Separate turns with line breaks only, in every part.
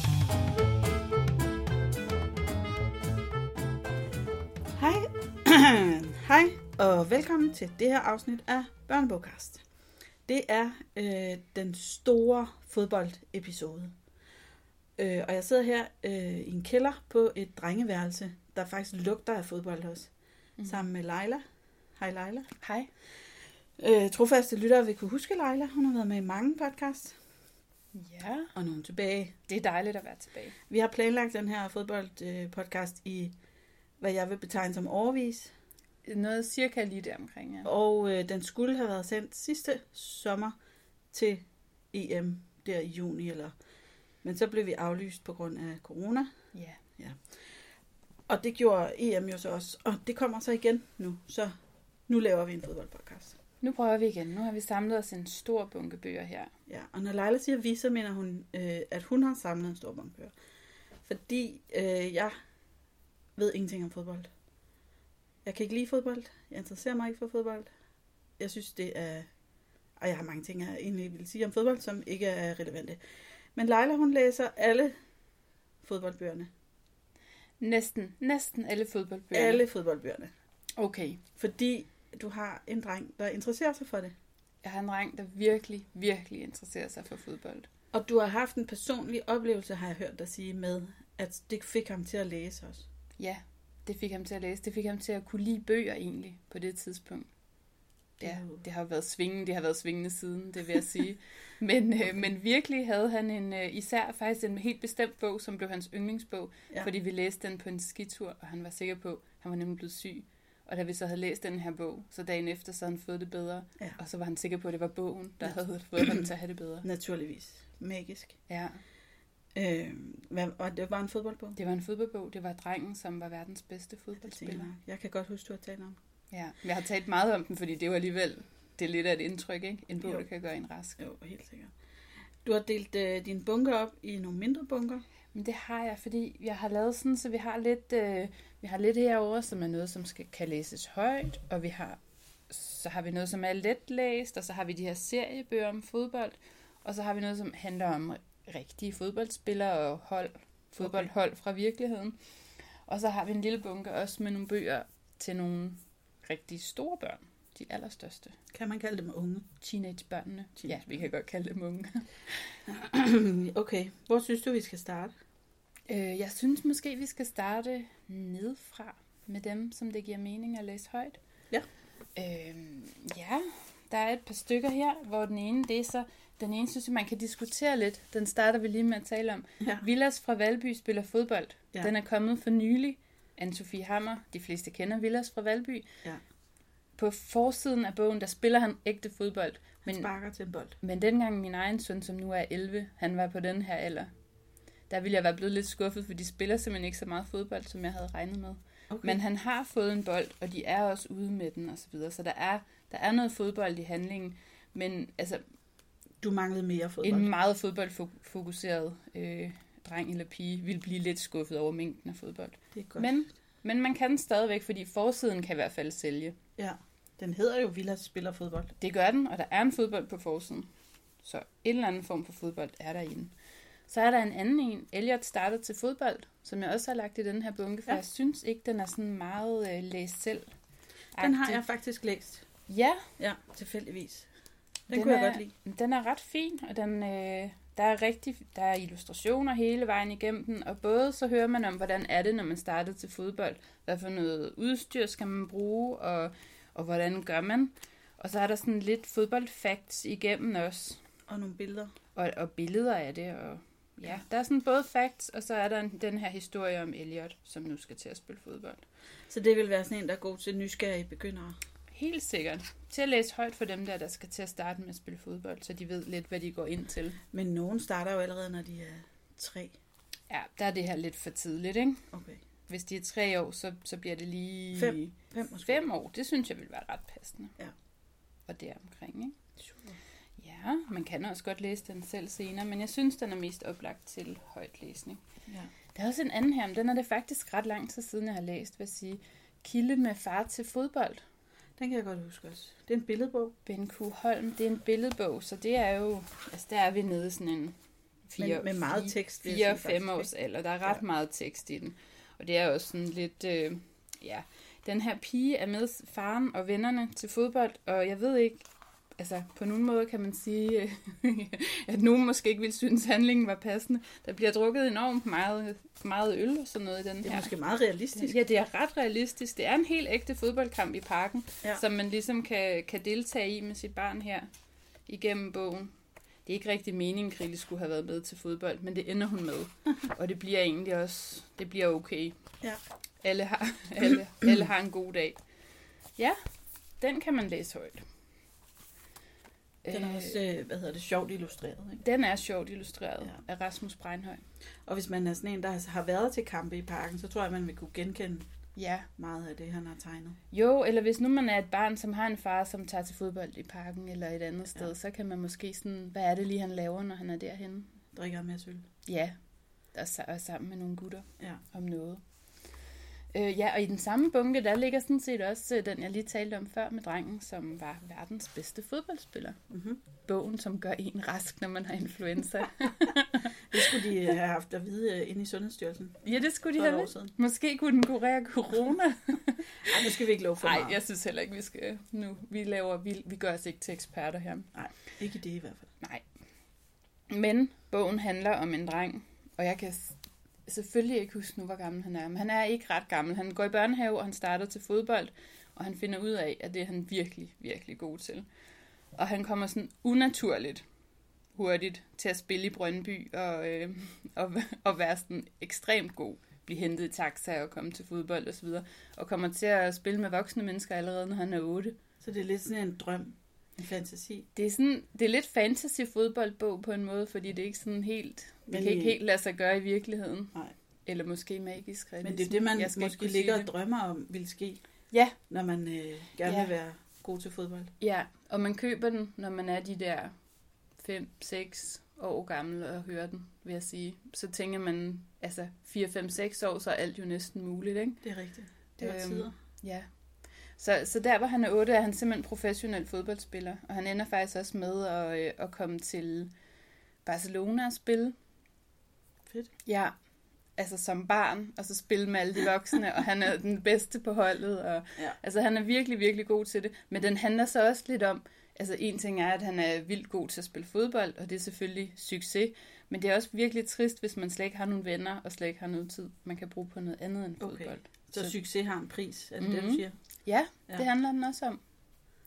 Hej og velkommen til det her afsnit af Børnebogkast. Det er øh, den store fodboldepisode. Øh, og jeg sidder her øh, i en kælder på et drengeværelse, der faktisk lugter af fodbold også. Mm. Sammen med Leila. Hej Leila.
Hej.
Øh, trofaste lyttere vil kunne huske Leila. Hun har været med i mange podcasts
Ja,
og nogle tilbage.
det er dejligt at være tilbage.
Vi har planlagt den her fodboldpodcast i, hvad jeg vil betegne som overvis.
Noget cirka lige der omkring, ja.
Og øh, den skulle have været sendt sidste sommer til EM der i juni. Eller. Men så blev vi aflyst på grund af corona.
Ja,
Og det gjorde EM jo så også. Og det kommer så igen nu. Så nu laver vi en fodboldpodcast.
nu prøver vi igen. Nu har vi samlet os en stor bunke bøger her.
Ja, og når Leila siger vi, så mener hun, øh, at hun har samlet en stor bunke bøger. Fordi øh, jeg ved ingenting om fodbold. Jeg kan ikke lide fodbold. Jeg interesserer mig ikke for fodbold. Jeg synes, det er... Og jeg har mange ting, jeg egentlig vil sige om fodbold, som ikke er relevante. Men Leila, hun læser alle fodboldbøgerne.
Næsten, næsten alle fodboldbøger.
Alle fodboldbøgerne.
Okay.
Fordi du har en dreng, der interesserer sig for det.
Jeg har en dreng, der virkelig, virkelig interesserer sig for fodbold.
Og du har haft en personlig oplevelse, har jeg hørt dig sige, med, at det fik ham til at læse også.
Ja, det fik ham til at læse. Det fik ham til at kunne lide bøger egentlig på det tidspunkt. Ja,
Det er jo-
det har været svingende, det har været svingende siden, det vil jeg sige. Men, øh, men virkelig havde han en, øh, især faktisk en helt bestemt bog, som blev hans yndlingsbog,
Ja.
ja. fordi vi læste den på en skitur, og han var sikker på, han var nemlig blevet syg. Og da vi så havde læst den her bog, så dagen efter, så havde han fået det bedre,
Ja.
og så var han sikker på, at det var bogen, der
Ja.
havde fået ham til at have det bedre.
Naturligvis. Magisk.
Ja,
Øh, hvad, og det var en fodboldbog?
det var en fodboldbog, det var drengen, som var verdens bedste
Det tænker
fodboldspiller.
jeg. Jeg kan godt huske, du har talt om.
Ja, men jeg har talt meget om den, fordi det var alligevel, det er lidt af et indtryk, ikke? En bog,
Jo.
der kan gøre en rask.
Jo, helt sikkert. Du har delt øh, dine bunker op i nogle mindre bunker.
Men det har jeg, fordi jeg har lavet sådan, så vi har lidt, øh, vi har lidt herover, som er noget, som skal, kan læses højt, og vi har, så har vi noget, som er letlæst, og så har vi de her seriebøger om fodbold, og så har vi noget, som handler om rigtige fodboldspillere og hold, fodboldhold fra virkeligheden. Og så har vi en lille bunke også med nogle bøger til nogle rigtig store børn, de allerstørste.
Kan man kalde dem unge?
Teenagebørnene. Ja, vi kan godt kalde dem unge.
okay, hvor synes du, vi skal starte?
Øh, jeg synes måske, vi skal starte nedfra med dem, som det giver mening at læse højt.
Ja.
Øh, ja, der er et par stykker her, hvor den ene, det er så, den ene synes jeg, man kan diskutere lidt. Den starter vi lige med at tale om.
Ja.
Villas fra Valby spiller fodbold.
Ja.
Ja. Den er kommet for nylig. Anne-Sophie Hammer, de fleste kender Villas fra Valby.
Ja.
På forsiden af bogen, der spiller han ægte fodbold.
Han
Men
sparker til en bold.
men dengang min egen søn, som nu er 11, han var på den her alder, der ville jeg være blevet lidt skuffet, for de spiller simpelthen ikke så meget fodbold, som jeg havde regnet med.
Okay.
Men han har fået en bold, og de er også ude med den osv., så, videre. så der, er, der er noget fodbold i handlingen, men altså
Du manglede mere fodbold.
en meget fodboldfokuseret øh, dreng eller pige vil blive lidt skuffet over mængden af fodbold.
Det er godt.
Men, men man kan den stadigvæk, fordi forsiden kan i hvert fald sælge.
Ja. Den hedder jo Villas spiller fodbold.
Det gør den, og der er en fodbold på forsiden. Så en eller anden form for fodbold er der i den. Så er der en anden en, Elliot starter til fodbold, som jeg også har lagt i den her bunke, for
Ja.
ja. jeg synes ikke, den er sådan meget øh, læst selv.
Den har jeg faktisk læst.
Ja,
Ja, tilfældigvis. Den, den
Den
kunne jeg
er-
godt lide.
den er ret fin, og den, øh, der, er rigtig, der er illustrationer hele vejen igennem den, og både så hører man om, hvordan er det, når man startede til fodbold, hvad for noget udstyr skal man bruge, og, og hvordan gør man. Og så er der sådan lidt fodboldfacts igennem også,
Og nogle billeder.
og, og billeder af det. Og, ja, der er sådan både facts, og så er der en- den her historie om Elliot, som nu skal til at spille fodbold.
Så det vil være sådan en, der er god til nysgerrige begyndere.
Helt sikkert. Til at læse højt for dem der, der skal til at starte med at spille fodbold, så de ved lidt, hvad de går ind til.
Men nogen starter jo allerede, når de er tre.
Ja, der er det her lidt for tidligt, ikke?
Okay.
Hvis de er tre år, så, så bliver det lige...
Fem. Fem måske.
Fem år, det synes jeg vil være ret passende.
Ja.
Og det er omkring, ikke?
Super.
Ja, man kan også godt læse den selv senere, men jeg synes, den er mest oplagt til højtlæsning.
Ja.
Der er også en anden her, men den er det faktisk ret lang tid siden, jeg har læst, vil jeg sige. Kilde med far til fodbold.
Den kan jeg godt huske også. Det er en billedbog.
Ben Q. Holm, det er en billedbog, så det er jo, altså der er vi nede i sådan en
Men- med meget tekst, vil jeg sige,
4
faktisk,
5 års alder. Der er ret
Ja.
meget tekst i den. Og det er jo sådan lidt, øh, ja, den her pige er med faren og vennerne til fodbold, og jeg ved ikke, altså på nogen måde kan man sige, øh, at nogen måske ikke ville synes, handlingen var passende. Der bliver drukket enormt meget, meget øl og sådan noget i den
Det er
her.
måske meget realistisk.
Ja, det er ret realistisk. Det er en helt ægte fodboldkamp i parken,
Ja.
ja. som man ligesom kan, kan deltage i med sit barn her igennem bogen. Det er ikke rigtig meningen, Grille skulle have været med til fodbold, men det ender hun med. Og det bliver egentlig også, det bliver okay.
Ja.
Alle, har, alle, alle har en god dag. Ja, den kan man læse højt.
Den er også, øh, hvad hedder det, sjovt illustreret. Ikke?
Øh, den er sjovt illustreret
Ja.
ja. af Rasmus Breinhøj.
Og hvis man er sådan en, der har været til kampe i parken, så tror jeg, man vil kunne genkende
Ja,
meget af det, han har tegnet.
Jo, eller hvis nu man er et barn, som har en far, som tager til fodbold i parken eller et andet sted, ja. så kan man måske sådan, hvad er det lige, han laver, når han er derhenne?
Drikker en masse øl.
Ja, og, sa- og sammen med nogle gutter
Ja.
om noget. Øh, ja, og i den samme bunke, der ligger sådan set også øh, den, jeg lige talte om før med drengen, som var verdens bedste fodboldspiller.
Mm-hmm.
Bogen, som gør en rask, når man har influenza.
Det skulle de øh, have haft at vide øh, inde i Sundhedsstyrelsen
ja, det skulle de
for et
have.
år
vidst.
siden.
Måske kunne den kurere corona.
Ej, nu skal vi ikke love for
Nej,
meget.
jeg synes heller ikke, vi skal nu. Vi, laver, vi, vi gør os ikke til eksperter her.
Ikke i det i hvert fald.
Nej. Men bogen handler om en dreng, og jeg kan s- selvfølgelig ikke huske nu, hvor gammel han er, men han er ikke ret gammel. Han går i børnehave, og han starter til fodbold, og han finder ud af, at det er han virkelig, virkelig god til. Og han kommer sådan unaturligt hurtigt til at spille i Brøndby og, øh, og, og være sådan ekstremt god. Blive hentet i taxa og komme til fodbold osv. Og kommer til at spille med voksne mennesker allerede, når han er 8.
Så det er lidt sådan en drøm, en fantasi.
Det er, sådan, det er lidt fantasy fodboldbog på en måde, fordi det er ikke sådan helt... Det
Men
kan ikke
i-
helt lade sig gøre i virkeligheden.
Nej.
Eller måske magisk realisme.
Men det er det, man
Jeg skal ikke
måske
kunne
ligger
sige
og drømmer om, vil ske,
Ja,
når man øh, gerne
Ja.
vil være god til fodbold.
ja. Og man køber den, når man er de der 5-6 år gammel og hører den, vil jeg sige. Så tænker man, altså 4-5-6 år, så er alt jo næsten muligt, ikke?
Det er rigtigt. Det var
Øhm,
tider.
Ja. Så, så der, hvor han er 8, er han simpelthen professionel fodboldspiller. Og han ender faktisk også med at, øh, at komme til Barcelona og spille.
Fedt.
Ja, altså som barn, og så spille med alle de voksne, og han er den bedste på holdet. Og,
Ja.
Altså han er virkelig, virkelig god til det. Men den handler så også lidt om, altså en ting er, at han er vildt god til at spille fodbold, og det er selvfølgelig succes. Men det er også virkelig trist, hvis man slet ikke har nogen venner, og slet ikke har noget tid, man kan bruge på noget andet end
Okay.
fodbold.
Så,
så-
succes har en pris, er det det, du
Mhm.
siger?
Ja,
Ja.
ja, det handler den også om.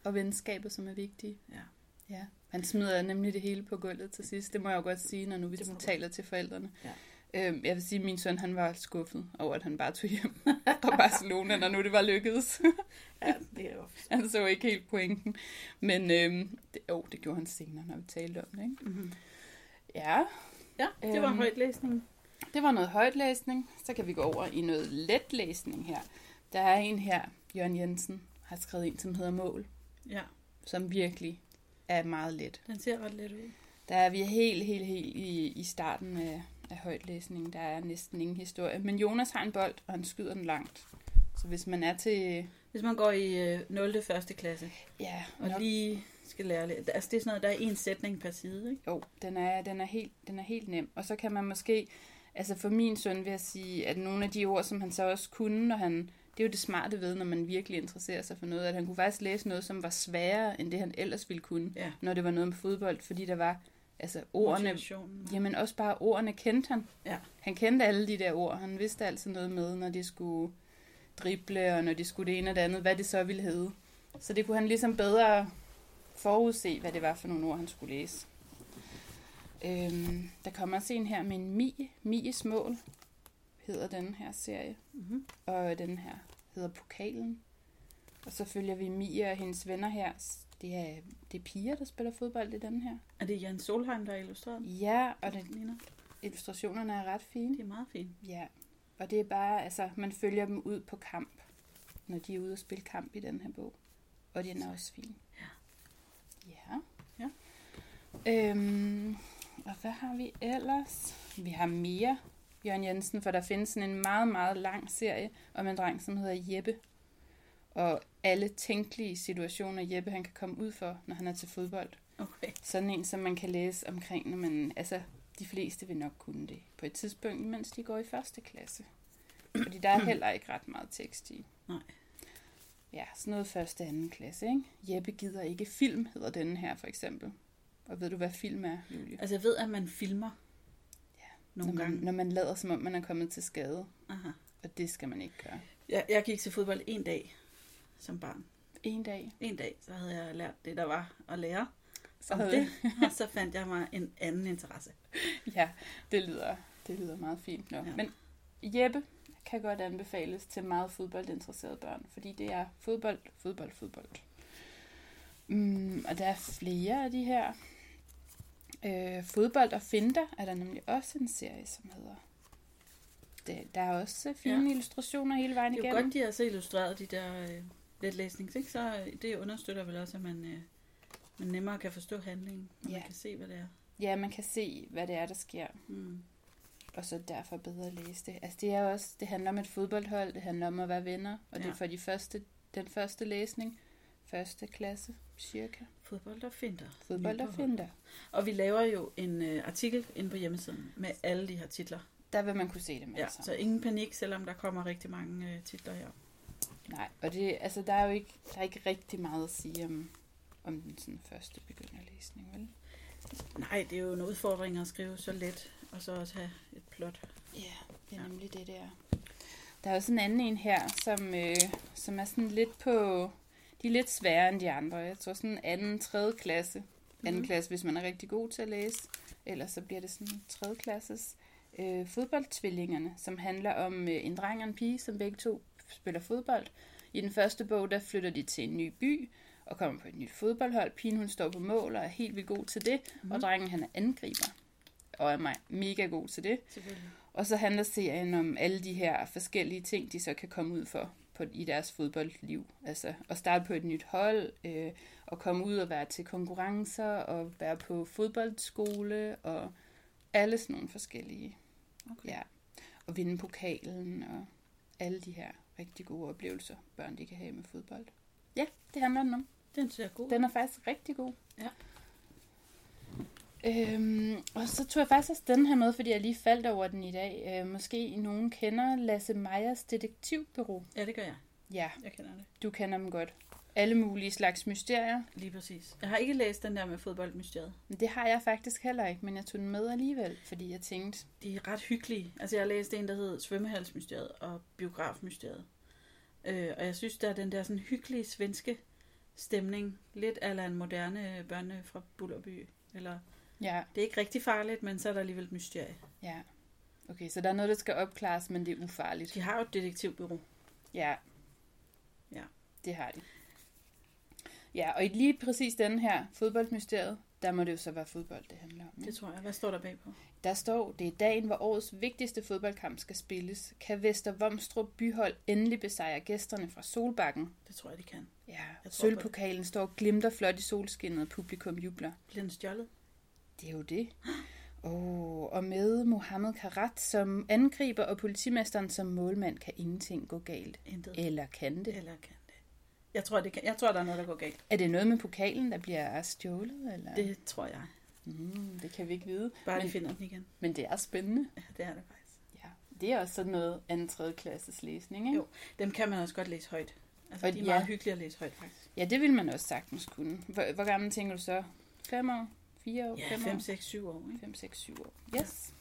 Og venskaber, som er vigtige.
Ja.
ja. Han smider nemlig det hele på gulvet til sidst. Det må jeg jo godt sige, når nu vi
Det må du
taler til forældrene.
Ja.
Øhm, jeg vil sige, at min søn han var skuffet over, at han bare tog hjem fra Barcelona, når nu det var lykkedes.
Ja, det er jo.
han så ikke helt pointen. Men øhm, det, oh, det gjorde han senere, når vi talte om det. Ikke?
Mm-hmm.
Ja,
Ja, det var
Øhm.
højt læsning.
det var noget højtlæsning. Så kan vi gå over i noget letlæsning her. Der er en her, Jørgen Jensen, har skrevet en, som hedder Mål.
Ja,
som virkelig er meget let.
den ser ret let ud.
Der er vi helt, helt, helt i, i starten af, af højtlæsningen. Der er næsten ingen historie. Men Jonas har en bold, og han skyder den langt. Så hvis man er til...
Hvis man går i øh, 0. første klasse,
Ja,
og
nok-
lige skal lære lidt. Altså, det er sådan noget, der er en sætning per side, ikke?
Jo, den er, den, er helt, den er helt nem. Og så kan man måske, altså for min søn vil jeg sige, at nogle af de ord, som han så også kunne, når han, det er jo det smarte ved, når man virkelig interesserer sig for noget, at han kunne faktisk læse noget, som var sværere, end det han ellers ville kunne,
Ja.
når det var noget med fodbold, fordi der var, altså ordene
Motivationen.
Jamen også bare ordene kendte han.
Ja.
Han kendte alle de der ord. Han vidste altid noget med, når de skulle drible, og når de skulle det ene og det andet, hvad det så ville hedde. Så det kunne han ligesom bedre forudse, hvad det var for nogle ord, han skulle læse. Øhm, der kommer også en her med en Mie. Mies mål hedder den her serie.
Mm-hmm.
Og den her hedder Pokalen. Og så følger vi Mie og hendes venner her. Det er, det er piger, der spiller fodbold i den her.
Er det Jan Solheim, der er illustreret?
Ja, og den,
Nina?
illustrationerne er ret fine.
Det er meget fint.
Ja, og det er bare, altså, man følger dem ud på kamp, når de er ude og spille kamp i den her bog. Og den er også fin. Ja.
Ja.
Øhm, og hvad har vi ellers? Vi har mere, Jørgen Jensen, for der findes sådan en meget, meget lang serie om en dreng, som hedder Jeppe. Og alle tænkelige situationer, Jeppe han kan komme ud for, når han er til fodbold.
Okay.
Sådan en, som man kan læse omkring, når man, altså, de fleste vil nok kunne det på et tidspunkt, mens de går i første klasse. Fordi der er heller ikke ret meget tekst i.
Mm. Nej.
Ja, sådan noget første anden klasse, ikke? Jeppe gider ikke film, hedder denne her for eksempel. Og ved du, hvad film er, Julie?
Altså, jeg ved, at man filmer
Ja,
nogle
når man,
gange.
Når man lader, som om man er kommet til skade.
Aha.
Og det skal man ikke gøre.
Jeg, jeg gik til fodbold en dag som barn.
En dag.
En dag, så havde jeg lært det, der var at lære
Så
om
havde
det, og så fandt jeg mig en anden interesse.
Ja, det lyder, det lyder meget fint. Nå.
Ja.
Ja. Men Jeppe kan godt anbefales til meget fodboldinteresserede børn, fordi det er fodbold, fodbold, fodbold. Mm, og der er flere af de her. Øh, fodbold og Finder er der nemlig også en serie, som hedder. Det, der er også øh, fine ja. illustrationer hele vejen
Det er
igennem.
jo godt, de har så illustreret de der øh, letlæsnings, ikke? Så øh, det understøtter vel også, at man, øh, man nemmere kan forstå handlingen, og man
Ja.
kan se, hvad det er.
Ja, man kan se, hvad det er, der sker.
Mm.
og så derfor bedre læse det. Altså det er også, det handler om et fodboldhold, det handler om at være venner, og ja. det
Ja.
er for de første, den første læsning, første klasse cirka,
Fodbold og finder.
fodbold og
Nyborg.
finder.
Og vi laver jo en øh, artikel inde på hjemmesiden med alle de her titler.
Der vil man kunne se dem alle
Ja,
ja,
så
sammen.
ingen panik, selvom der kommer rigtig mange øh, titler her.
Nej, og det, altså der er jo ikke, der er ikke rigtig meget at sige om, om den sådan første begynderlæsning, vel?
Nej, det er jo en udfordring at skrive så let, og så også have et plot.
Ja, det er
Ja.
nemlig det, der. Der er også en anden en her, som, øh, som er sådan lidt på... De er lidt sværere end de andre. Jeg tror sådan anden, tredje klasse. Anden
Mhm.
mm. klasse, hvis man er rigtig god til at læse. Ellers så bliver det sådan tredje klasses. Øh, fodboldtvillingerne, som handler om øh, en dreng og en pige, som begge to spiller fodbold. I den første bog, der flytter de til en ny by og kommer på et nyt fodboldhold. Pigen, hun står på mål og er helt vildt god til det. Mm.
Mhm.
Og drengen, han er angriber og er mig mega god til det.
Selvfølgelig.
Og så handler serien om alle de her forskellige ting, de så kan komme ud for på, i deres fodboldliv. Altså at starte på et nyt hold, øh, og komme ud og være til konkurrencer, og være på fodboldskole, og alle sådan nogle forskellige.
Okay.
Ja. Og vinde pokalen, og alle de her rigtig gode oplevelser, børn de kan have med fodbold. Ja, det handler den om.
Den ser god.
Den er faktisk rigtig god.
Ja.
Øhm, og så tog jeg faktisk også den her med, fordi jeg lige faldt over den i dag. Øh, måske nogen kender Lasse Meyers detektivbureau.
Ja, det gør jeg.
Ja,
Jeg kender det.
du kender dem godt. Alle mulige slags mysterier.
Lige præcis. Jeg har ikke læst den der med fodboldmysteriet.
Men det har jeg faktisk heller ikke, men jeg tog den med alligevel, fordi jeg tænkte,
De er ret hyggelige. Altså, jeg har læst en, der hed Svømmehalsmysteriet og Biografmysteriet. Øh, og jeg synes, der er den der sådan hyggelige svenske stemning. Lidt af en moderne børne fra Bullerby. Eller,
ja,
det er ikke rigtig farligt, men så er der alligevel et mysterie.
ja. Okay, så der er noget, der skal opklares, men det er ufarligt.
De har jo et detektivbyrå.
Ja.
Ja.
Det har de. Ja, og i lige præcis den her fodboldmysteriet, der må det jo så være fodbold, det handler om. ikke?
Det tror jeg. Hvad står der bagpå?
Der står, det er dagen, hvor årets vigtigste fodboldkamp skal spilles. Kan Vester Vomstrup Byhold endelig besejre gæsterne fra Solbakken?
Det tror jeg, de kan.
Ja,
Jeg tror på det.
sølvpokalen står og glimter flot i solskinnet, og publikum jubler.
Bliver den stjålet?
Det er jo det. Oh, og med Mohammed Karat som angriber og politimesteren som målmand, kan ingenting gå galt.
Intet.
Eller kan det?
Eller kan det? Jeg tror, det kan. jeg tror, der er noget, der går galt.
Er det noget med pokalen, der bliver stjålet? Eller?
Det tror jeg.
mm, det kan vi ikke vide.
Bare de
Men-
finder den igen.
Men det er spændende.
Ja, det er det faktisk.
Ja, det er også sådan noget anden tredje klasses læsning, ikke?
Jo. Dem kan man også godt læse højt. Altså,
Og
de er
ja.
meget hyggelige at læse højt, faktisk.
Ja, det ville man også sagtens kunne. Hvor, hvor gammel tænker du så? 5 år? 4 år?
Ja, 5, 6, 7 år, ikke?
5, 6, 7 år. Yes.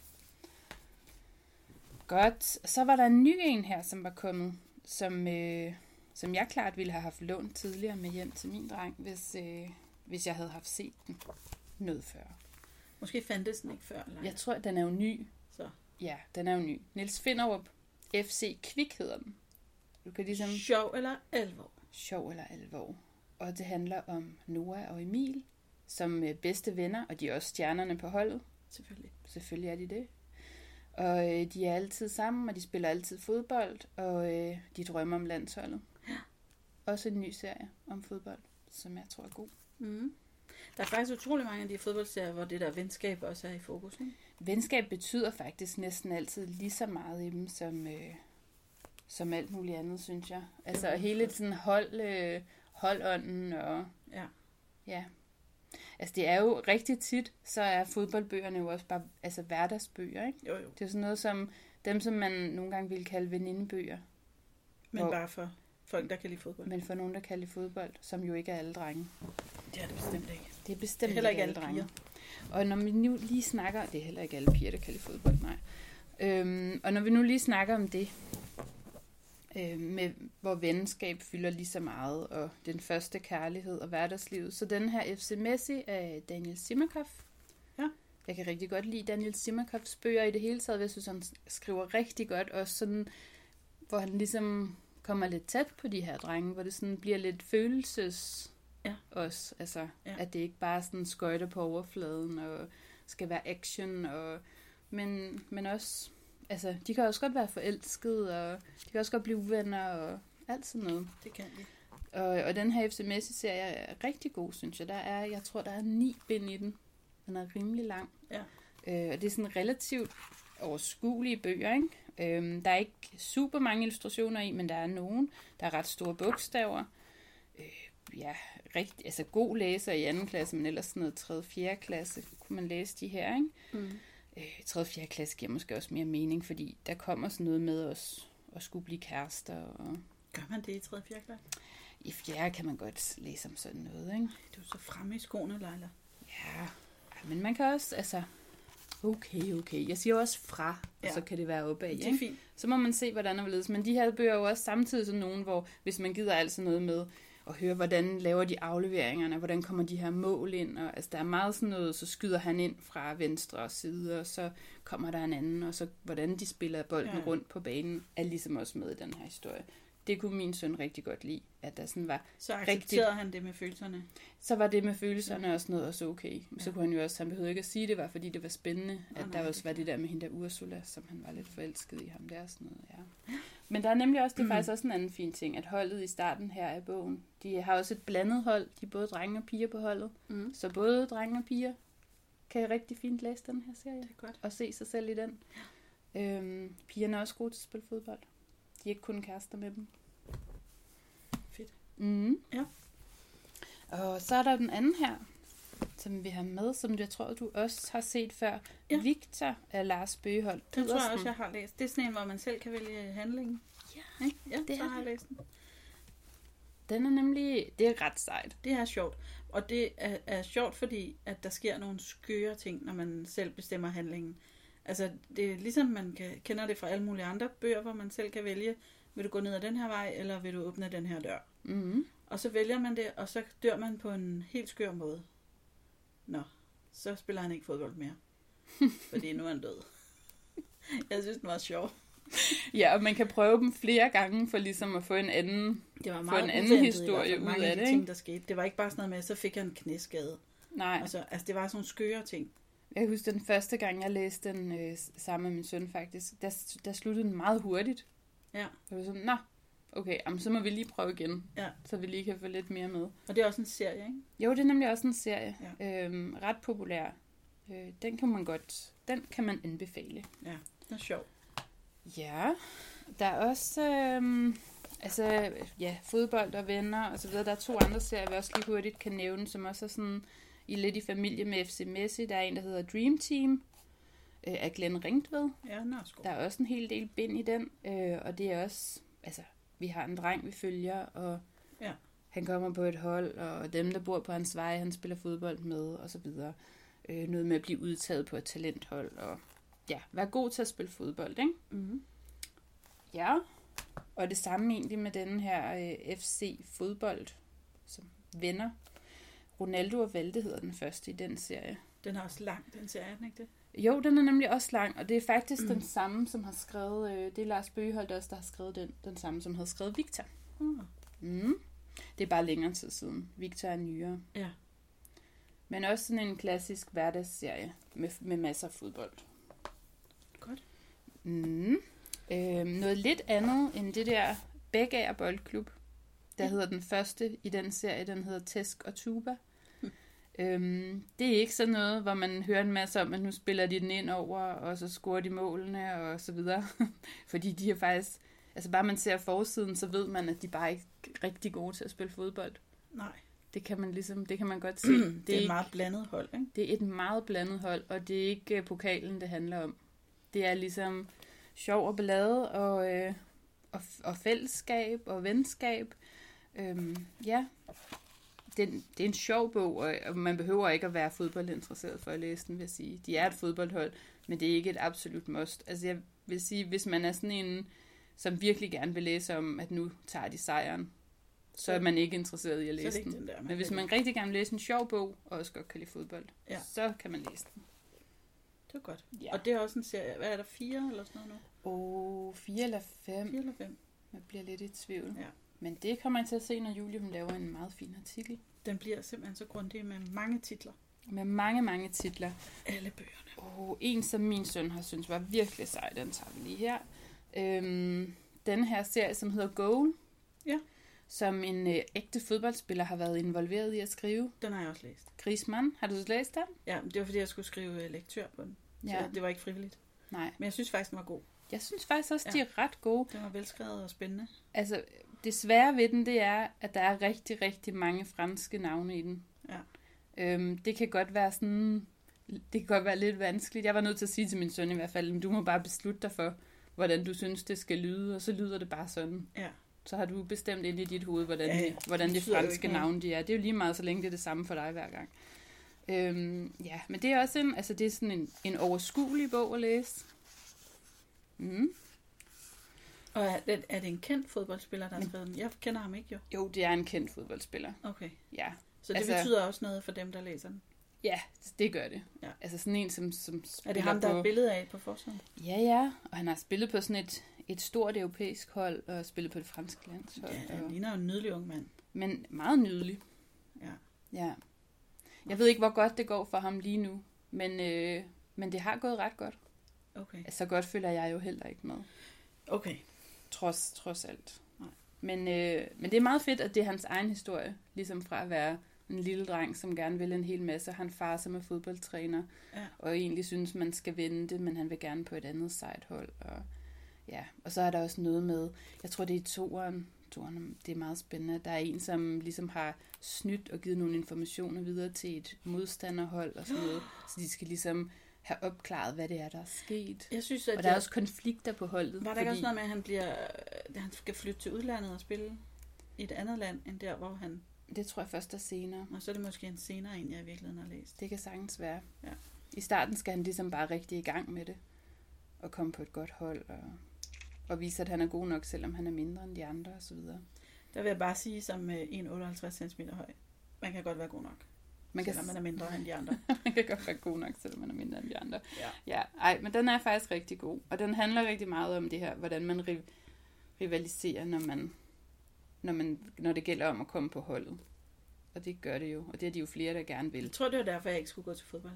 Godt. Så var der en ny en her, som var kommet, som, øh, som jeg klart ville have haft lånt tidligere med hjem til min dreng, hvis, øh, hvis jeg havde haft set den noget før.
Måske fandtes den ikke før. Eller?
Jeg tror, den er jo ny.
Så.
Ja, den er jo ny. Niels Finderup. FC Kvik hedder den. Du kan ligesom...
Sjov eller alvor?
sjov eller alvor. Og det handler om Noah og Emil som øh, bedste venner, og de er også stjernerne på holdet.
Selvfølgelig.
Selvfølgelig er de det. Og øh, de er altid sammen, og de spiller altid fodbold, og øh, de drømmer om landsholdet. Også en ny serie om fodbold, som jeg tror er god.
Mm. Der er faktisk utrolig mange af de fodboldserier, hvor det der venskab også er i fokus. Ikke?
Venskab betyder faktisk næsten altid lige så meget i dem, som, øh, som alt muligt andet, synes jeg. Altså
Det er
hele sådan hold, øh, holdånden og
Ja.
Ja. Altså det er jo rigtig tit, så er fodboldbøgerne jo også bare altså hverdagsbøger, ikke?
Jo, jo.
Det er jo sådan noget som dem, som man nogle gange ville kalde venindebøger.
Men
Hvor-
bare for folk, der kan lide fodbold.
Men for nogen, der kan lide fodbold, som jo ikke er alle drenge.
Det er det bestemt ikke.
Det er bestemt
Det er heller
ikke alle
ikke alle
drenge. Og når vi nu lige snakker, det er heller ikke alle piger, der kan lide fodbold, nej. Øhm, og når vi nu lige snakker om det, øh, med, hvor venskab fylder lige så meget, og den første kærlighed og hverdagslivet. Så den her FC Messi af Daniel Simakov.
Ja.
Jeg kan rigtig godt lide Daniel Simakovs bøger i det hele taget. Jeg synes, han skriver rigtig godt, også sådan, hvor han ligesom kommer lidt tæt på de her drenge, hvor det sådan bliver lidt følelses
Ja.
også. Altså,
Ja.
ja. at det ikke bare er sådan skøjter på overfladen, og skal være action, og, men, men også, altså, de kan også godt være forelskede, og de kan også godt blive uvenner, og alt sådan noget.
Det kan de.
Og, og den her FC Messi-serie er rigtig god, synes jeg. Der er, jeg tror, der er ni bind i den. Den er rimelig lang.
Ja.
Øh, og det er sådan relativt overskuelige bøger, ikke? Øhm, der er ikke super mange illustrationer i, men der er nogen. Der er ret store bogstaver. Øh, ja, rigtig, altså god læser i anden klasse, men ellers sådan noget 3. 4. klasse kunne man læse de her, ikke?
Mm.
Øh, 3. og 4. klasse giver måske også mere mening, fordi der kommer sådan noget med os at skulle blive kærester, og
Gør man det i 3. og 4. klasse?
i 4. kan man godt læse om sådan noget, ikke?
Du er så fremme i skoene, Leila.
Ja, Ej, men man kan også, altså... Okay, okay. Jeg siger også fra, ja.
Ja.
og så kan det være opad,
Det er
ikke?
fint.
Så må man se, hvordan det ledes. Men de her bøger er jo også samtidig sådan nogen, hvor hvis man gider altså noget med at høre, hvordan laver de afleveringerne, hvordan kommer de her mål ind, og altså der er meget sådan noget, så skyder han ind fra venstre side, og så kommer der en anden, og så hvordan de spiller bolden
Ja.
ja. rundt på banen, er ligesom også med i den her historie. Det kunne min søn rigtig godt lide, at der sådan var
Så accepterede Rigtigt. han det med følelserne.
så var det med følelserne og sådan noget også okay. Men
Mm.
så
Ja.
kunne han jo også, han behøvede ikke at sige, det var fordi det var spændende,
Nå,
at
nej,
der
det
også var det der med hende der Ursula, som han var lidt forelsket i ham der og sådan noget, ja. Men der er nemlig
Mm.
også, det er faktisk også en anden fin ting, at holdet i starten her af bogen, de har også et blandet hold, de er både drenge og piger på holdet,
Mm.
så både drenge og piger kan rigtig fint læse den her serie
Det er godt.
og se sig selv i den. Øhm, pigerne er også gode til at spille fodbold. De er ikke kun kærester med dem.
Fedt.
Mm.
Ja.
Og så er der den anden her, som vi har med, som jeg tror, du også har set før.
Ja.
Ja. Victor af Lars Bøgehold.
Den tror jeg også, jeg har læst. Det er sådan en, hvor man selv kan vælge handlingen.
Ja,
Ikke? Ja,
det
så
er
har jeg læst den.
Den er nemlig... Det er ret sejt.
Det er sjovt. Og det er, er sjovt, fordi at der sker nogle skøre ting, når man selv bestemmer handlingen. Altså, det er ligesom, man kan, kender det fra alle mulige andre bøger, hvor man selv kan vælge, vil du gå ned ad den her vej, eller vil du åbne den her dør?
Mm.
Og så vælger man det, og så dør man på en helt skør måde. Nå, så spiller han ikke fodbold mere. Fordi nu er han død. Jeg synes, den var sjov.
Ja, og man kan prøve dem flere gange for ligesom at få en anden...
Det var
Få
meget
en anden
uventet i
historie
hvert fald,
ud
mange
af
af de
det,
ting,
ikke?
der skete. Det var ikke bare sådan noget med, at så fik jeg en knæskade.
Nej,
Altså, altså, det var sådan nogle skøre ting.
jeg husker den første gang, jeg læste den øh, sammen med min søn faktisk, der, der sluttede den meget hurtigt.
Ja.
Jeg var sådan, nå, okay, jamen, så må vi lige prøve igen,
Ja.
så vi lige kan få lidt mere med.
Og det er også en serie, ikke?
Jo, det er nemlig også en serie. Ja. Øhm, ret populær. Øh, den kan man godt, den kan man anbefale.
Den er sjov.
Ja, der er også, øhm, altså, ja, fodbold og venner og så videre. Der er to andre serier, vi også lige hurtigt kan nævne, som også er sådan i lidt i familie med FC Messi. Der er en, der hedder Dream Team øh, af Glenn Ringtved.
Ja, den er også god.
Der er også en hel del bind i den, øh, og det er også, altså, vi har en dreng, vi følger, og
Ja.
han kommer på et hold, og dem, der bor på hans vej, han spiller fodbold med, og så videre. Øh, noget med at blive udtaget på et talenthold, og ja, være god til at spille fodbold, ikke?
Mm-hmm.
Ja. Og det samme egentlig med den her øh, FC fodbold, som venner. Ronaldo og Valde hedder den første i den serie.
Den er også lang, den serie, er den ikke det?
Jo, den er nemlig også lang, og det er faktisk
Mm.
mm. den samme, som har skrevet, øh, det er Lars Bøgeholdt også, der har skrevet den, den samme, som havde skrevet Victor.
Uh,
Mm. Det er bare længere tid siden. Victor er nyere.
Ja.
Men også sådan en klassisk hverdagsserie med, med masser af fodbold.
Godt.
Mm. Øhm, noget lidt andet end det der Bækager Boldklub, der
Ja.
hedder den første i den serie, den hedder Tæsk og Tuba.
Hm.
Øhm, det er ikke sådan noget, hvor man hører en masse om, at nu spiller de den ind over, og så scorer de målene og så videre. Fordi de er faktisk, altså bare man ser forsiden, så ved man, at de bare ikke er rigtig gode til at spille fodbold.
nej.
Det kan man ligesom, det kan man godt se.
Det, det er et meget blandet hold, ikke?
Det er et meget blandet hold, og det er ikke øh, pokalen, det handler om. Det er ligesom sjov og ballade, og øh, og, og fællesskab og venskab. Øhm, ja, det er, en, det er en sjov bog, og og man behøver ikke at være fodboldinteresseret for at læse den, vil jeg sige. De er et fodboldhold, men det er ikke et absolut must. Altså jeg vil sige, hvis man er sådan en, som virkelig gerne vil læse om, at nu tager de sejren, så er man ikke interesseret i at
Så
læse
læg
den.
den der.
Men hvis man rigtig gerne vil læse en sjov bog, og også godt kan lide fodbold,
Ja.
så kan man læse den.
Det er godt.
Ja.
Og det er også en serie. Hvad er der? Fire eller sådan noget nu?
Åh, fire eller fem.
Fire eller fem?
Man bliver lidt i tvivl.
Ja.
Men det kommer jeg til at se, når Julie hun laver en meget fin artikel.
Den bliver simpelthen så grundig med mange titler.
Med mange, mange titler.
Alle bøgerne.
Og en, som min søn har syntes var virkelig sej, den tager vi lige her. Øhm, den her serie, som hedder Goal.
Ja.
Som en øh, ægte fodboldspiller har været involveret i at skrive.
Den har jeg også læst.
Griezmann, har du læst den?
Ja, men det var fordi, jeg skulle skrive øh, lektør på den. Ja. Så det var ikke frivilligt.
Nej.
Men jeg synes faktisk, den var god.
Jeg synes faktisk også,
Ja.
ja. de er ret gode.
Den var velskrevet og spændende.
Altså, det svære ved den, det er, at der er rigtig, rigtig mange franske navne i den.
Ja.
Øhm, det kan godt være sådan, det kan godt være lidt vanskeligt. Jeg var nødt til at sige til min søn i hvert fald, "Men du må bare beslutte dig for, hvordan du synes, det skal lyde, og så lyder det bare sådan.
Ja.
Så har du bestemt ind i dit hoved, hvordan,
Ja, ja.
ja, hvordan
Det
de
betyder jo ikke
franske
noget.
navne de er. Det er jo lige meget, så længe det er det samme for dig hver gang. Øhm, ja, men det er også en, altså det er sådan en, en overskuelig bog at læse. Mm.
Og er det, er det en kendt fodboldspiller, der har
Men-
skrevet den? Jeg kender ham ikke jo.
Jo, det er en kendt fodboldspiller.
Okay.
Ja,
Så det altså,
Altså-
betyder også noget for dem, der læser den.
Ja, det gør det.
Ja.
Ja. Altså sådan en, som, som
Er det
spiller
ham, der
på...
er et billede af på forsiden?
Ja, ja. Og han har spillet på sådan et, et stort europæisk hold, og spillet på det franske landshold.
Ja, han
og...
ligner jo en nydelig ung mand.
Men meget nydelig.
Ja.
Ja. Jeg ved ikke, hvor godt det går for ham lige nu, men, øh, men det har gået ret godt. Altså,
Okay.
Så godt føler jeg jo heller ikke med,
Okay.
trods, trods alt.
Nej.
Men, øh, men det er meget fedt, at det er hans egen historie, ligesom fra at være en lille dreng, som gerne vil en hel masse. Han far, som er fodboldtræner,
Ja.
og egentlig synes, man skal vinde det, men han vil gerne på et andet sejt hold. Og, ja. og så er der også noget med, jeg tror det er i toeren, toeren, det er meget spændende, der er en, som ligesom har snydt og givet nogle informationer videre til et modstanderhold og sådan noget, så de skal ligesom have opklaret, hvad det er, der er sket.
Jeg synes, at
Og der er
jeg-
også konflikter på holdet.
Var der ikke også noget med, at han, bliver, at han skal flytte til udlandet og spille i et andet land, end der, hvor han...
Det tror jeg først er senere.
Og så er det måske en senere en, jeg i virkeligheden har læst.
Det kan sagtens være.
Ja.
I starten skal han ligesom bare rigtig i gang med det. Og komme på et godt hold. Og, og vise, at han er god nok, selvom han er mindre end de andre osv.
Der vil jeg bare sige, som øh, en 58 cm høj, man kan godt være god nok,
Man kan,
selvom man er mindre end de andre.
man kan godt være god nok, selvom man er mindre end de andre.
Ja.
ja. Ej, men den er faktisk rigtig god. Og den handler rigtig meget om det her, hvordan man ri- rivaliserer, når, man, når, man, når det gælder om at komme på holdet. Og det gør det jo. Og det er de jo flere, der gerne vil.
Jeg tror, det var derfor, jeg ikke skulle gå til fodbold.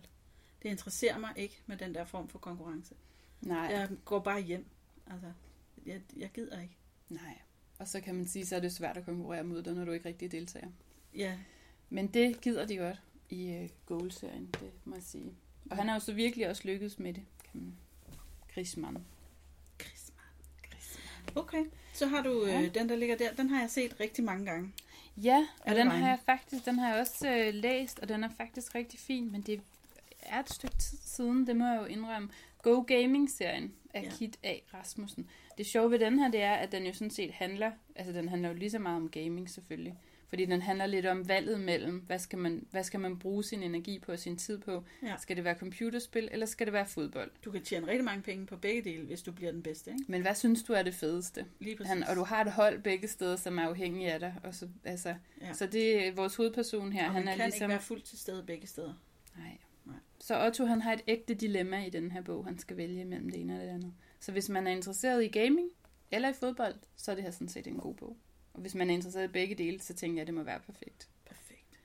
Det interesserer mig ikke med den der form for konkurrence.
Nej.
Jeg går bare hjem. Altså, jeg, jeg gider ikke.
Nej. Og så kan man sige, så er det svært at konkurrere mod dig, når du ikke rigtig deltager.
Ja,
Men det gider de godt i øh, Goal-serien, det må jeg sige. Og han har jo så virkelig også lykkedes med det, kan man. Griezmann.
Christmas.
Griezmann.
Okay, så har du
Ja.
øh, den, der ligger der. Den har jeg set rigtig mange gange.
Ja, og
Alle
den
vegne.
har jeg faktisk, den har jeg også øh, læst, og den er faktisk rigtig fin, men det er et stykke tid siden, det må jeg jo indrømme. Go Gaming-serien af
Ja.
ja. Kit A. Rasmussen. Det sjove ved den her, det er, at den jo sådan set handler, altså den handler jo lige så meget om gaming selvfølgelig, fordi den handler lidt om valget mellem, hvad skal man, hvad skal man bruge sin energi på og sin tid på?
Ja.
Skal det være computerspil, eller skal det være fodbold?
Du kan tjene rigtig mange penge på begge dele, hvis du bliver den bedste, ikke?
Men hvad synes du er det fedeste?
Lige præcis.
Han, og du har et hold begge steder, som er afhængige af dig. Og så, altså,
Ja.
ja. så det er vores hovedperson her.
og
han
man
er
kan
ligesom...
ikke være fuldt til stede begge steder.
Nej.
Nej.
Så Otto han har et ægte dilemma i den her bog, han skal vælge mellem det ene og det andet. Så hvis man er interesseret i gaming eller i fodbold, så er det her sådan set en god bog. Og hvis man er interesseret i begge dele, så tænker jeg, at det må være perfekt.
Perfekt.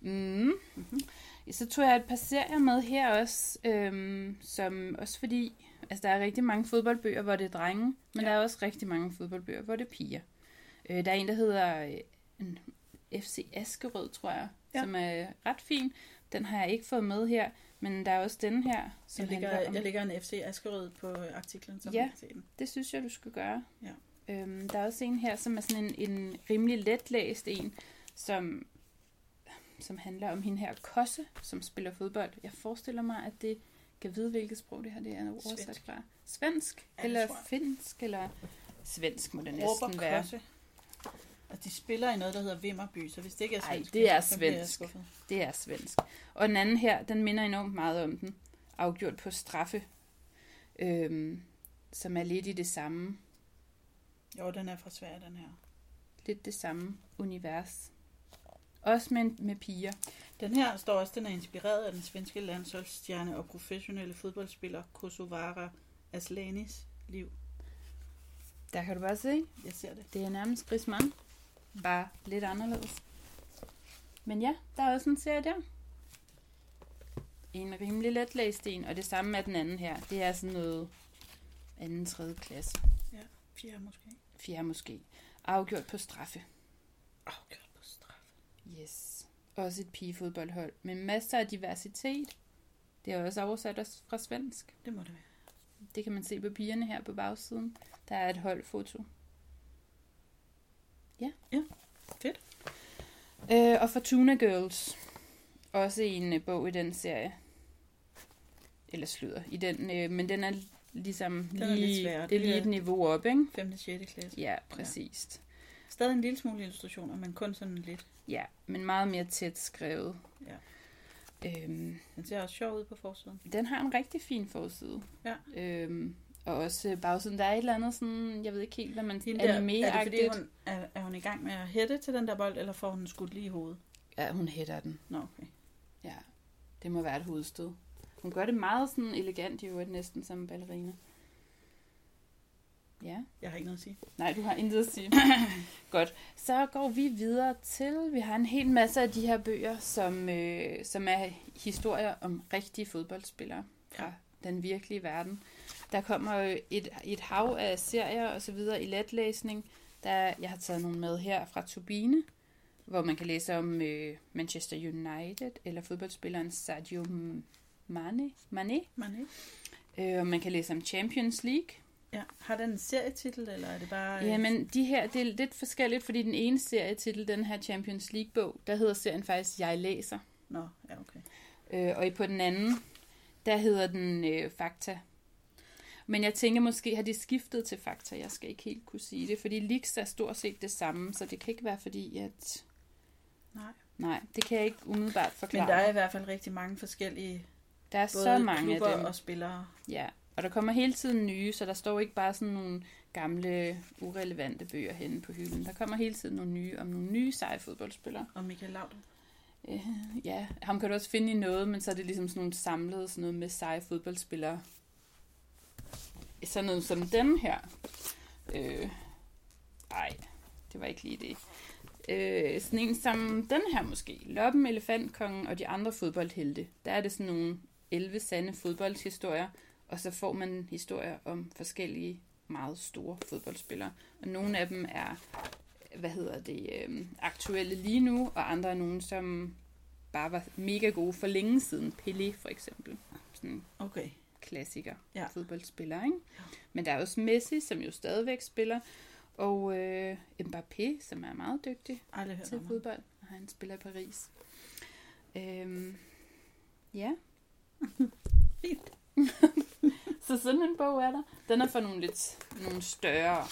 Mm. Så tog jeg et par serier med her også, øhm, som også fordi, altså der er rigtig mange fodboldbøger, hvor det er drenge, men
Ja.
ja. der er også rigtig mange fodboldbøger, hvor det er piger. Øh, der er en, der hedder øh, en FC Askerød, tror jeg,
Ja.
ja. som er ret fin. Den har jeg ikke fået med her, men der er også den her, som
Jeg
handler
lægger,
om...
jeg lægger en FC Askerød på artiklen, så
Ja.
man kan se den.
Det synes jeg, du skal gøre.
Ja.
Øhm, der er også en her, som er sådan en, en rimelig letlæst en, som, som handler om hende her Kosse, som spiller fodbold. Jeg forestiller mig, at det Kan vide, hvilket sprog det her det er oversat
Svensk.
fra. Svensk,
Ja, det
eller
tror jeg.
finsk, eller svensk må det
Råber
næsten være.
Kosse. Og de spiller i noget, der hedder Vimmerby, så hvis det ikke er
Ej,
svensk,
det er
så bliver jeg
svensk.
skuffet.
Det er svensk. Og den anden her, den minder enormt meget om den. Afgjort på straffe, øhm, som er lidt i det samme,
Jo, den er fra Sverige, den her.
lidt det samme univers. Også med, med piger.
Den her står også, den er inspireret af den svenske landsholdsstjerne og professionelle fodboldspiller Kosovara Aslanis liv.
Der kan du bare se,
Jeg ser det.
det er nærmest Griezmann. Bare lidt anderledes. Men ja, der er også en serie der. En rimelig letlæst en, og det samme med den anden her. Det er sådan noget anden, tredje klasse.
Fjerde måske.
Fjerde måske. Afgjort på straffe.
Afgjort oh, på straf.
Yes. Også et pigefodboldhold med masser af diversitet. Det er også oversat os fra svensk.
Det må det være.
Det kan man se på pigerne her på bagsiden. Der er et holdfoto. Ja.
Ja, fedt.
Øh, og Fortuna Girls. Også en øh, bog i den serie. Eller sludder. I den, øh, men den er ligesom
er lidt
lige,
sværere.
det er lige
Det er-
et niveau op, ikke?
5. 6. klasse.
Ja, præcist.
Stadig en lille smule illustrationer, men kun sådan lidt.
Ja, men meget mere tæt skrevet.
Ja.
Øhm,
Den ser også sjov ud på forsiden.
den har en rigtig fin forside.
Ja.
Øhm, og også øh, bagsiden, der er et eller andet sådan, jeg ved ikke helt, hvad man
Hende der,
anime
er det fordi, hun, er, er hun i gang med at hætte til den der bold, eller får hun den skudt lige i hovedet?
Ja, hun hætter den.
Nå, okay.
Ja, det må være et hovedstød. Hun gør det meget sådan elegant i øvrigt, næsten som en ballerina. Ja.
Jeg har ikke noget at sige.
Nej, du har intet at sige. Godt. Så går vi videre til, vi har en hel masse af de her bøger, som, øh, som er historier om rigtige fodboldspillere fra
Ja.
den virkelige verden. Der kommer jo et, et hav af serier og så videre i letlæsning. Der, jeg har taget nogle med her fra Turbine, hvor man kan læse om øh, Manchester United eller fodboldspilleren Sadio Mane. Mane.
Man ikke?
Øh, og man kan læse om Champions League,
Ja. Har den en serietitel, eller er det bare... øh,
Jamen, de her, det er lidt forskelligt, fordi den ene serietitel, den her Champions League-bog, der hedder serien faktisk Jeg læser.
Nå, ja, okay.
Øh, og i på den anden, der hedder den øh, Fakta. Men jeg tænker, måske har de skiftet til Fakta. Jeg skal ikke helt kunne sige det, fordi Lix er stort set det samme, så det kan ikke være fordi, at...
Nej.
Nej, det kan jeg ikke umiddelbart
Men
forklare.
der er i hvert fald rigtig mange forskellige,
der er
både
så mange af
klubber
dem.
og spillere.
Ja, og der kommer hele tiden nye, så der står ikke bare sådan nogle gamle, urelevante bøger henne på hylden. Der kommer hele tiden nogle nye om nogle nye seje fodboldspillere.
Og Michael Laudrup.
Øh, ja, ham kan du også finde i noget, men så er det ligesom sådan nogle samlede sådan noget med seje fodboldspillere. Sådan noget som den her. Øh, ej, det var ikke lige det. Øh, sådan en som den her måske. Loppen, Elefantkongen og de andre fodboldhelte. Der er det sådan nogle 11 sande fodboldhistorier, og så får man historier om forskellige meget store fodboldspillere. Og nogle af dem er hvad hedder det, øh, aktuelle lige nu, og andre er nogen, som bare var mega gode for længe siden. Pelé for eksempel. Sådan en
Okay.
klassiker
Ja.
ja. fodboldspiller, ikke?
Ja.
Men der er også Messi, som jo stadigvæk spiller, og øh, Mbappé, som er meget dygtig
Aldrig hørt
til
om ham.
fodbold, og han spiller i Paris. Øhm, ja.
Fint.
Så sådan en bog er der. Den er for nogle lidt nogle større.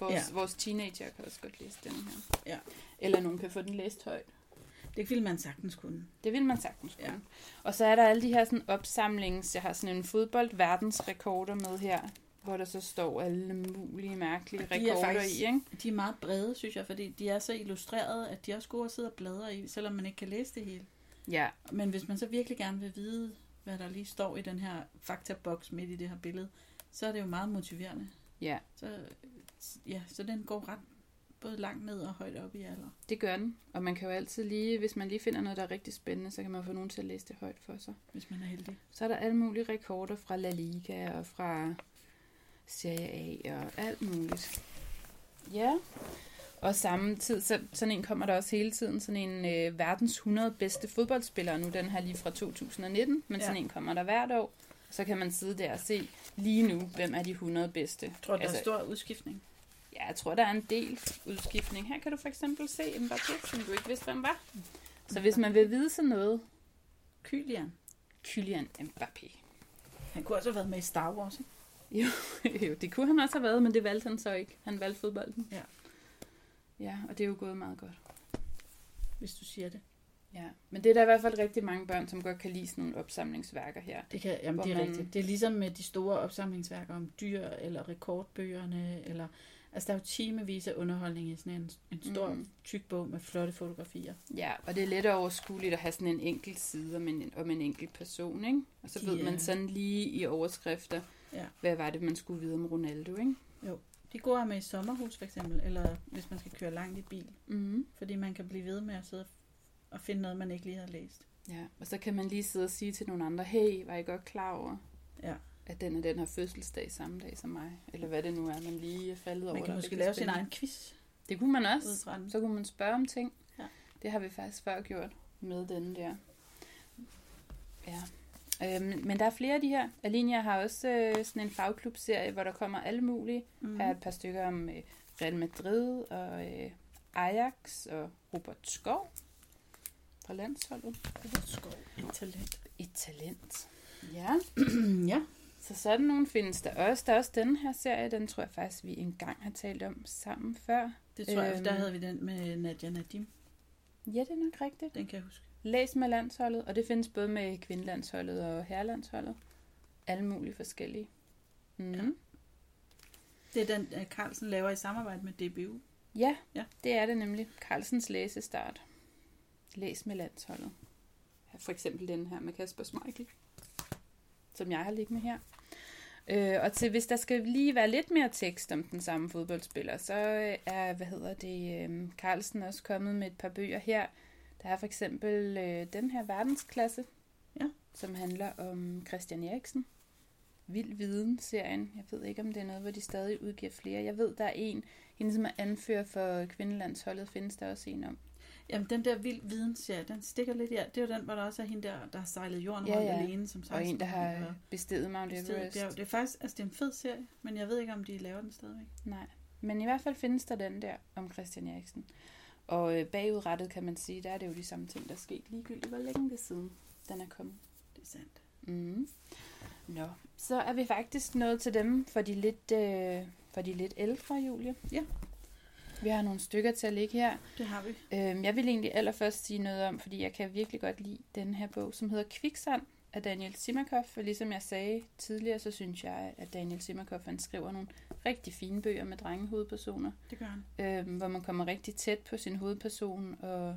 Vores,
Ja.
ja. vores teenager kan også godt læse den her.
Ja.
Eller nogen kan få den læst højt.
Det ville man sagtens kunne.
Det vil man sagtens
Ja.
kunne. Ja. Og så er der alle de her sådan opsamlings... Jeg har sådan en fodboldverdensrekorder med her, hvor der så står alle mulige mærkelige
Og de er
rekorder
faktisk-
i, ikke?
De er meget brede, synes jeg, fordi de er så illustrerede, at de også gode at sidde og bladre i, selvom man ikke kan læse det hele.
Ja,
Men hvis man så virkelig gerne vil vide, hvad der lige står i den her faktaboks midt i det her billede, så er det jo meget motiverende.
ja,
Så, ja, så den går ret både langt ned og højt op i alder.
det gør den. Og man kan jo altid lige... Hvis man lige finder noget, der er rigtig spændende, så kan man få nogen til at læse det højt for sig.
Hvis man er heldig.
Så er der alle mulige rekorder fra La Liga og fra Serie A og alt muligt. Ja, og samtidig, så, sådan en kommer der også hele tiden, sådan en øh, verdens 100 bedste fodboldspillere nu, den her lige fra 2019, men
Ja.
ja. sådan en kommer der hvert år. Så kan man sidde der og se lige nu, hvem er de 100 bedste.
Jeg tror, der altså, er stor udskiftning.
Ja, jeg tror, der er en del udskiftning. Her kan du for eksempel se Mbappé, som du ikke vidste, hvem var. Så hvis man vil vide sådan noget,
Kylian.
Kylian Mbappé.
Han kunne også have været med i Star Wars, ikke?
jo, det kunne han også have været, men det valgte han så ikke. Han valgte fodbolden.
Ja.
Ja, og det er jo gået meget godt.
hvis du siger det.
Ja, men det er der i hvert fald rigtig mange børn, som godt kan lide sådan nogle opsamlingsværker her.
Det, kan, jamen,
Hvor
det er
man-
rigtigt. Det er ligesom med de store opsamlingsværker om dyr, eller rekordbøgerne, eller... Altså, der er jo timevis af underholdning i sådan en, en stor,
Mm.
mm. tyk bog med flotte fotografier.
Ja, og det er let overskueligt at have sådan en enkelt side om en, om en enkelt person, ikke? Og så
De
ved
er-
man sådan lige i overskrifter,
Ja.
hvad var det, man skulle vide om Ronaldo, ikke?
De går med i sommerhus, for eksempel, eller hvis man skal køre langt i bil.
Mm-hmm.
Fordi man kan blive ved med at sidde og finde noget, man ikke lige har læst.
Ja, og så kan man lige sidde og sige til nogle andre, hey, var I godt klar over,
Ja.
at den og den har fødselsdag samme dag som mig? Eller hvad det nu er, man lige er faldet over.
Man kan
der er
måske
rigtig
lave sin
spændende.
egen quiz
Det kunne man også.
ud fra den.
Så kunne man spørge om ting.
Ja.
Det har vi faktisk før gjort med den der. Ja. Øhm, men der er flere af de her. Alinea har også øh, sådan en fagklubserie, hvor der kommer alle mulige. Mm.
Mm.
Her er et par stykker om øh, Real Madrid og øh, Ajax og Robert Skov fra landsholdet.
Talent.
Et talent. Ja,
ja.
så sådan nogle findes der også. Der er også den her serie, den tror jeg faktisk, vi engang har talt om sammen før.
Det tror jeg,
Øhm.
der havde vi den med Nadia Nadim.
Ja, det er nok rigtigt.
Den kan jeg huske.
Læs med landsholdet, og det findes både med kvindelandsholdet og herrelandsholdet. Alle mulige forskellige. Mm. Ja.
Ja. Det er den, øh, Carlsen laver i samarbejde med DBU.
Ja, ja,
Ja.
det er det nemlig. Carlsens læsestart. Læs med landsholdet. Her For eksempel den her med Kasper Schmeichel, som jeg har liggende her. Øh, og til, hvis der skal lige være lidt mere tekst om den samme fodboldspiller, så øh, er, hvad hedder det, øh, Carlsen også kommet med et par bøger her. Der er for eksempel øh, den her verdensklasse,
Ja.
som handler om Christian Eriksen. Vild Viden-serien. Jeg ved ikke, om det er noget, hvor de stadig udgiver flere. Jeg ved, der er en, hende som er anfører for kvindelandsholdet, findes der også en om.
Jamen, den der vild vidensserie, den stikker lidt i alt. Det er jo den, hvor der også er hende der, der har sejlet jorden
Ja,
rundt
ja.
alene. Som
Og en, der
16-årig,
har
og
besteget Mount
besteget
Everest.
bjerg. Det er faktisk, altså det er en fed serie, men jeg ved ikke, om de laver den stadigvæk.
Nej, men i hvert fald findes der den der om Christian Eriksen. Og øh, bagudrettet kan man sige, der er det jo de samme ting, der er sket ligegyldigt, hvor længe det er siden den er kommet.
Det er sandt.
Mm. Nå, så er vi faktisk nået til dem for de lidt, øh, for de lidt ældre, Julie.
Ja.
Vi har nogle stykker til at ligge her.
Det har vi.
Øhm, jeg vil egentlig allerførst sige noget om, fordi jeg kan virkelig godt lide den her bog, som hedder Kviksand af Daniel Simakoff. For ligesom jeg sagde tidligere, så synes jeg, at Daniel Simakoff han skriver nogle rigtig fine bøger med drengehovedpersoner,
Det gør han.
øhm, hvor man kommer rigtig tæt på sin hovedperson, og,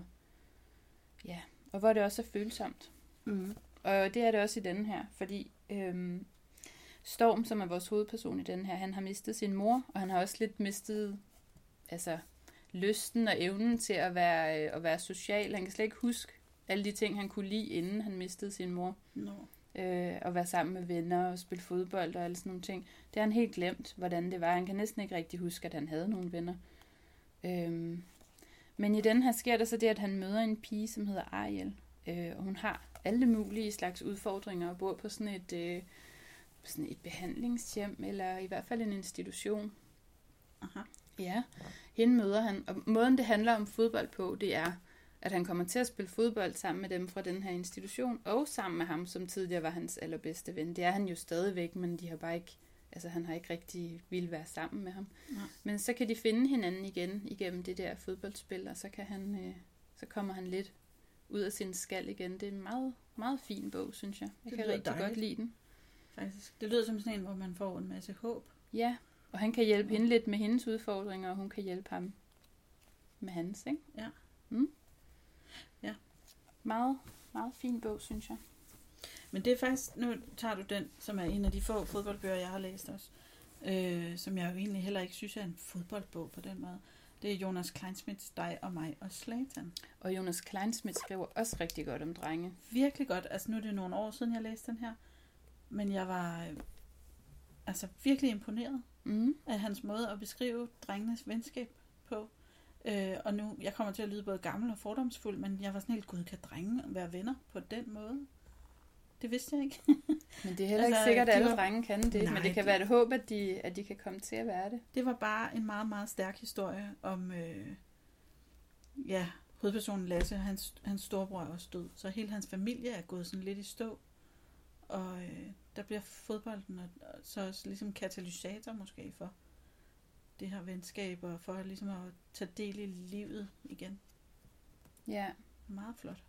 ja, og hvor det også er følsomt.
Mm.
Og det er det også i denne her, fordi øhm, Storm, som er vores hovedperson i denne her, han har mistet sin mor, og han har også lidt mistet altså, lysten og evnen til at være, øh, at være social. Han kan slet ikke huske alle de ting, han kunne lide, inden han mistede sin mor.
Nå.
Øh, at være sammen med venner og spille fodbold og alle sådan nogle ting. Det har han helt glemt, hvordan det var. Han kan næsten ikke rigtig huske, at han havde nogle venner. Øhm, men i den her sker der så det, at han møder en pige, som hedder Ariel. Øh, og hun har alle mulige slags udfordringer og bor på sådan et, øh, sådan et behandlingshjem, eller i hvert fald en institution.
Aha.
Ja, hende møder han. Og måden, det handler om fodbold på, det er, at han kommer til at spille fodbold sammen med dem fra den her institution, og sammen med ham, som tidligere var hans allerbedste ven. Det er han jo stadigvæk, men de har bare ikke, altså han har ikke rigtig ville være sammen med ham.
Nej.
Men så kan de finde hinanden igen igennem det der fodboldspil, og så, kan han, øh, så kommer han lidt ud af sin skal igen. Det er en meget, meget fin bog, synes jeg. Jeg
Det
kan
lyder
rigtig godt
dejligt.
lide den.
Faktisk. Det lyder som sådan en, hvor man får en masse håb.
Ja, og han kan hjælpe hende lidt med hendes udfordringer, og hun kan hjælpe ham med hans, ikke?
Ja.
Mm.
Ja.
Meget, meget fin bog, synes jeg.
Men det er faktisk, nu tager du den, som er en af de få fodboldbøger, jeg har læst også, øh, som jeg jo egentlig heller ikke synes er en fodboldbog på den måde. Det er Jonas Kleinsmiths Dig og mig og Slatan.
Og Jonas Kleinsmith skriver også rigtig godt om drenge.
Virkelig godt. Altså nu er det nogle år siden, jeg læste den her. Men jeg var øh, altså virkelig imponeret
Mm.
af hans måde at beskrive drengenes venskab på. Øh, og nu, jeg kommer til at lyde både gammel og fordomsfuld, men jeg var sådan helt, gud, kan drenge være venner på den måde? Det vidste jeg ikke.
Men det er heller altså, ikke
Altså,
sikkert, at
de
alle
var-
drenge kan det, Nej,
Nej,
men det kan
de-
være et håb, at de, at de kan komme til at være det.
Det var bare en meget, meget stærk historie om, øh, ja, hovedpersonen Lasse, hans, hans storebror er også død, så hele hans familie er gået sådan lidt i stå, og øh, der bliver fodbolden og, og så også ligesom katalysator måske for det her venskab og for ligesom at tage del i livet igen.
Ja,
Meget flot.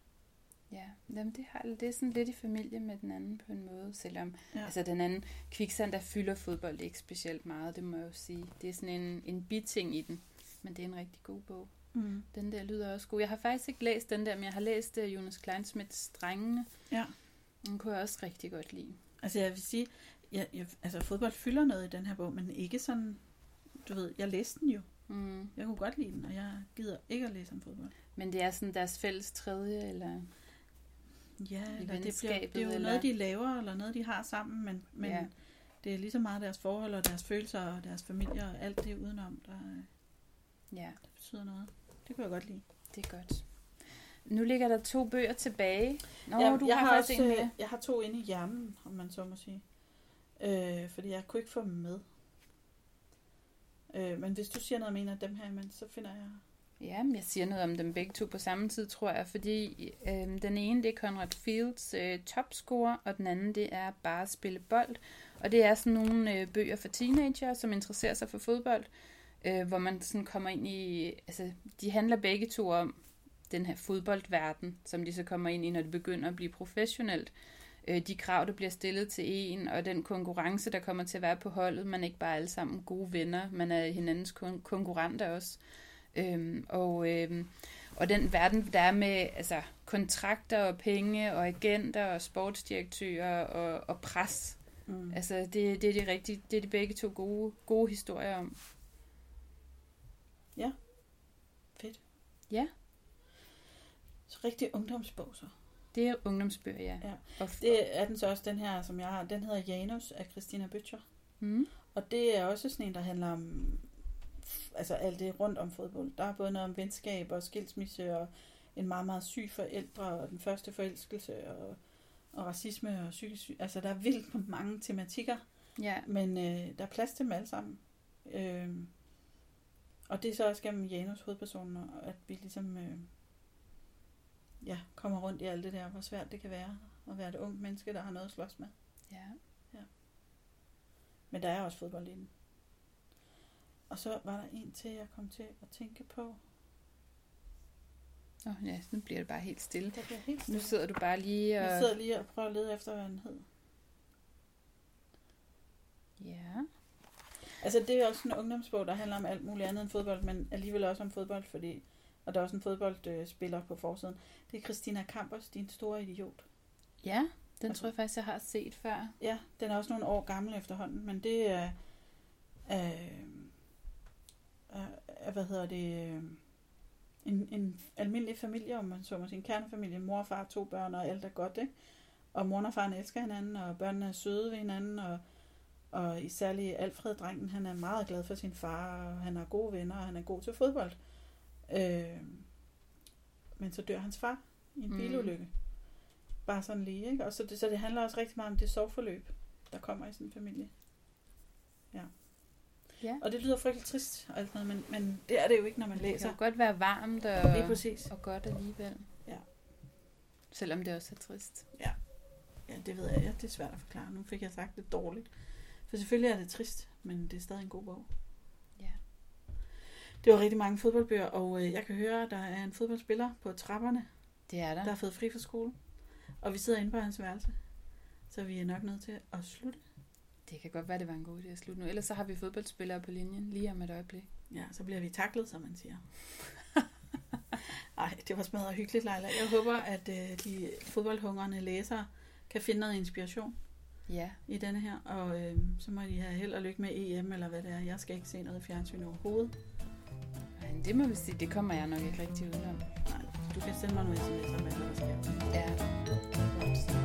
ja. Jamen, det, har, det er sådan lidt i familie med den anden på en måde, selvom
Ja.
ja. altså, den anden kviksand, der fylder fodbold ikke specielt meget, det må jeg jo sige. Det er sådan en, en biting i den, men det er en rigtig god bog.
Mm.
Den der lyder også god. Jeg har faktisk ikke læst den der, men jeg har læst uh, Jonas Kleinsmiths Drengene.
Ja.
Den kunne jeg også rigtig godt lide.
Altså jeg vil sige, jeg, jeg, altså fodbold fylder noget i den her bog, men ikke sådan, du ved, jeg læste den jo.
Mm.
Jeg kunne godt lide den, og jeg gider ikke at læse om fodbold.
Men det er sådan deres fælles tredje, eller...
Ja,
I
eller det, bliver,
venskabet,
det er jo
eller-
noget, de laver, eller noget, de har sammen, men, men
Ja.
ja. det er lige så meget deres forhold og deres følelser og deres familier og alt det udenom, der, øh,
Ja,
der betyder noget. Det kunne jeg godt lide.
det er godt. Nu ligger der to bøger tilbage. Nå, du har, faktisk en mere.
jeg har øh, to inde i hjernen, om man så må sige. Øh, fordi jeg kunne ikke få dem med. Øh, men hvis du siger noget om en af dem her, men så finder jeg...
Ja, men jeg siger noget om dem begge to på samme tid, tror jeg, fordi øhm, den ene, det er Conrad Fields øh, topscore, og den anden, det er Bare at spille bold. Og det er sådan nogle øh, bøger for teenager, som interesserer sig for fodbold, øh, hvor man sådan kommer ind i, altså, de handler begge to om den her fodboldverden, som de så kommer ind i, når det begynder at blive professionelt. Øh, de krav, der bliver stillet til en, og den konkurrence, der kommer til at være på holdet. Man er ikke bare alle sammen gode venner, man er hinandens kon- konkurrenter også. Øhm, og, øhm, og den verden, der er med altså, kontrakter og penge og agenter og sportsdirektører og, og pres.
Mm.
Altså, det, det, er de rigtig, det er de begge to gode, gode historier om.
Fedt.
Ja.
Så rigtig ungdomsbog så.
Det er ungdomsbøger, ja.
Ja.
Og,
Det er den så også den her, som jeg har. Den hedder Janus af Christina Bøtcher.
mm,
Og det er også sådan en, der handler om altså alt det rundt om fodbold. Der er både noget om venskab og skilsmisse og en meget, meget syg forældre og den første forelskelse og, og racisme og psykisk syg. Altså der er vildt mange tematikker,
ja.
men øh, der er plads til dem alle sammen. Øh, og det er så også gennem Janus hovedpersonen, og at vi ligesom øh, ja, kommer rundt i alt det der, hvor svært det kan være at være et ungt menneske, der har noget at slås med.
ja.
Men der er også fodbold i den. Og så var der en til, jeg kom til at tænke på.
Nå, ja, nu bliver det bare helt stille.
Der bliver helt
Mm. Nu
stille.
sidder du bare lige
Jeg
og...
sidder lige og prøver at lede efter, hvad den hed.
Ja.
Altså, det er også en ungdomsbog, der handler om alt muligt andet end fodbold, men alligevel også om fodbold, fordi... Og der er også en fodboldspiller på forsiden. Det er Christina Kampers, din store idiot.
ja, den
Altså-
tror jeg faktisk, jeg har set før.
Ja, den er også nogle år gammel efterhånden, men det er... Øh, øh, hvad hedder det? Øh, en, en almindelig familie, om man så må sige. En kernefamilie. Mor og far, to børn, og alt er godt, ikke? Og mor og faren elsker hinanden, og børnene er søde ved hinanden, og, og især lige Alfred, drengen, han er meget glad for sin far, og han har gode venner, og han er god til fodbold. Øh, men så dør hans far i en
Mm.
bilulykke. Bare sådan lige, ikke? Og så, det, så det handler også rigtig meget om det sorgforløb, der kommer i sådan en familie.
Ja.
Og det lyder frygtelig trist og alt sådan noget, men, men det er det jo ikke, når man
Det kan
læser.
jo godt være varmt og...
Lige præcis.
og godt alligevel.
Ja.
Selvom det også er trist.
Ja, det ved jeg. Ja, det er svært at forklare. Nu fik jeg sagt det dårligt. For selvfølgelig er det trist, men det er stadig en god bog.
Ja.
Det var rigtig mange fodboldbøger, og øh, jeg kan høre, at der er en fodboldspiller på trapperne,
Det er der.
der har fået fri fra skole. Og vi sidder inde på hans værelse, så vi er nok nødt til at slutte.
Det kan godt være, det var en god idé at slutte nu. Ellers så har vi fodboldspillere på linjen lige om et øjeblik.
Ja, så bliver vi taklet, som man siger. Nej, det var smadret hyggeligt, Leila. Jeg håber, at øh, de fodboldhungrende læsere kan finde noget inspiration
Ja,
i denne her, og øh, så må de have held og lykke med EM, eller hvad det er. Jeg skal ikke se noget fjernsyn overhovedet.
men det må vi sige, det kommer jeg nok ikke rigtig udenom.
Nej, du kan sende mig nogle sms'er med, hvad der sker.
Ja. Godt.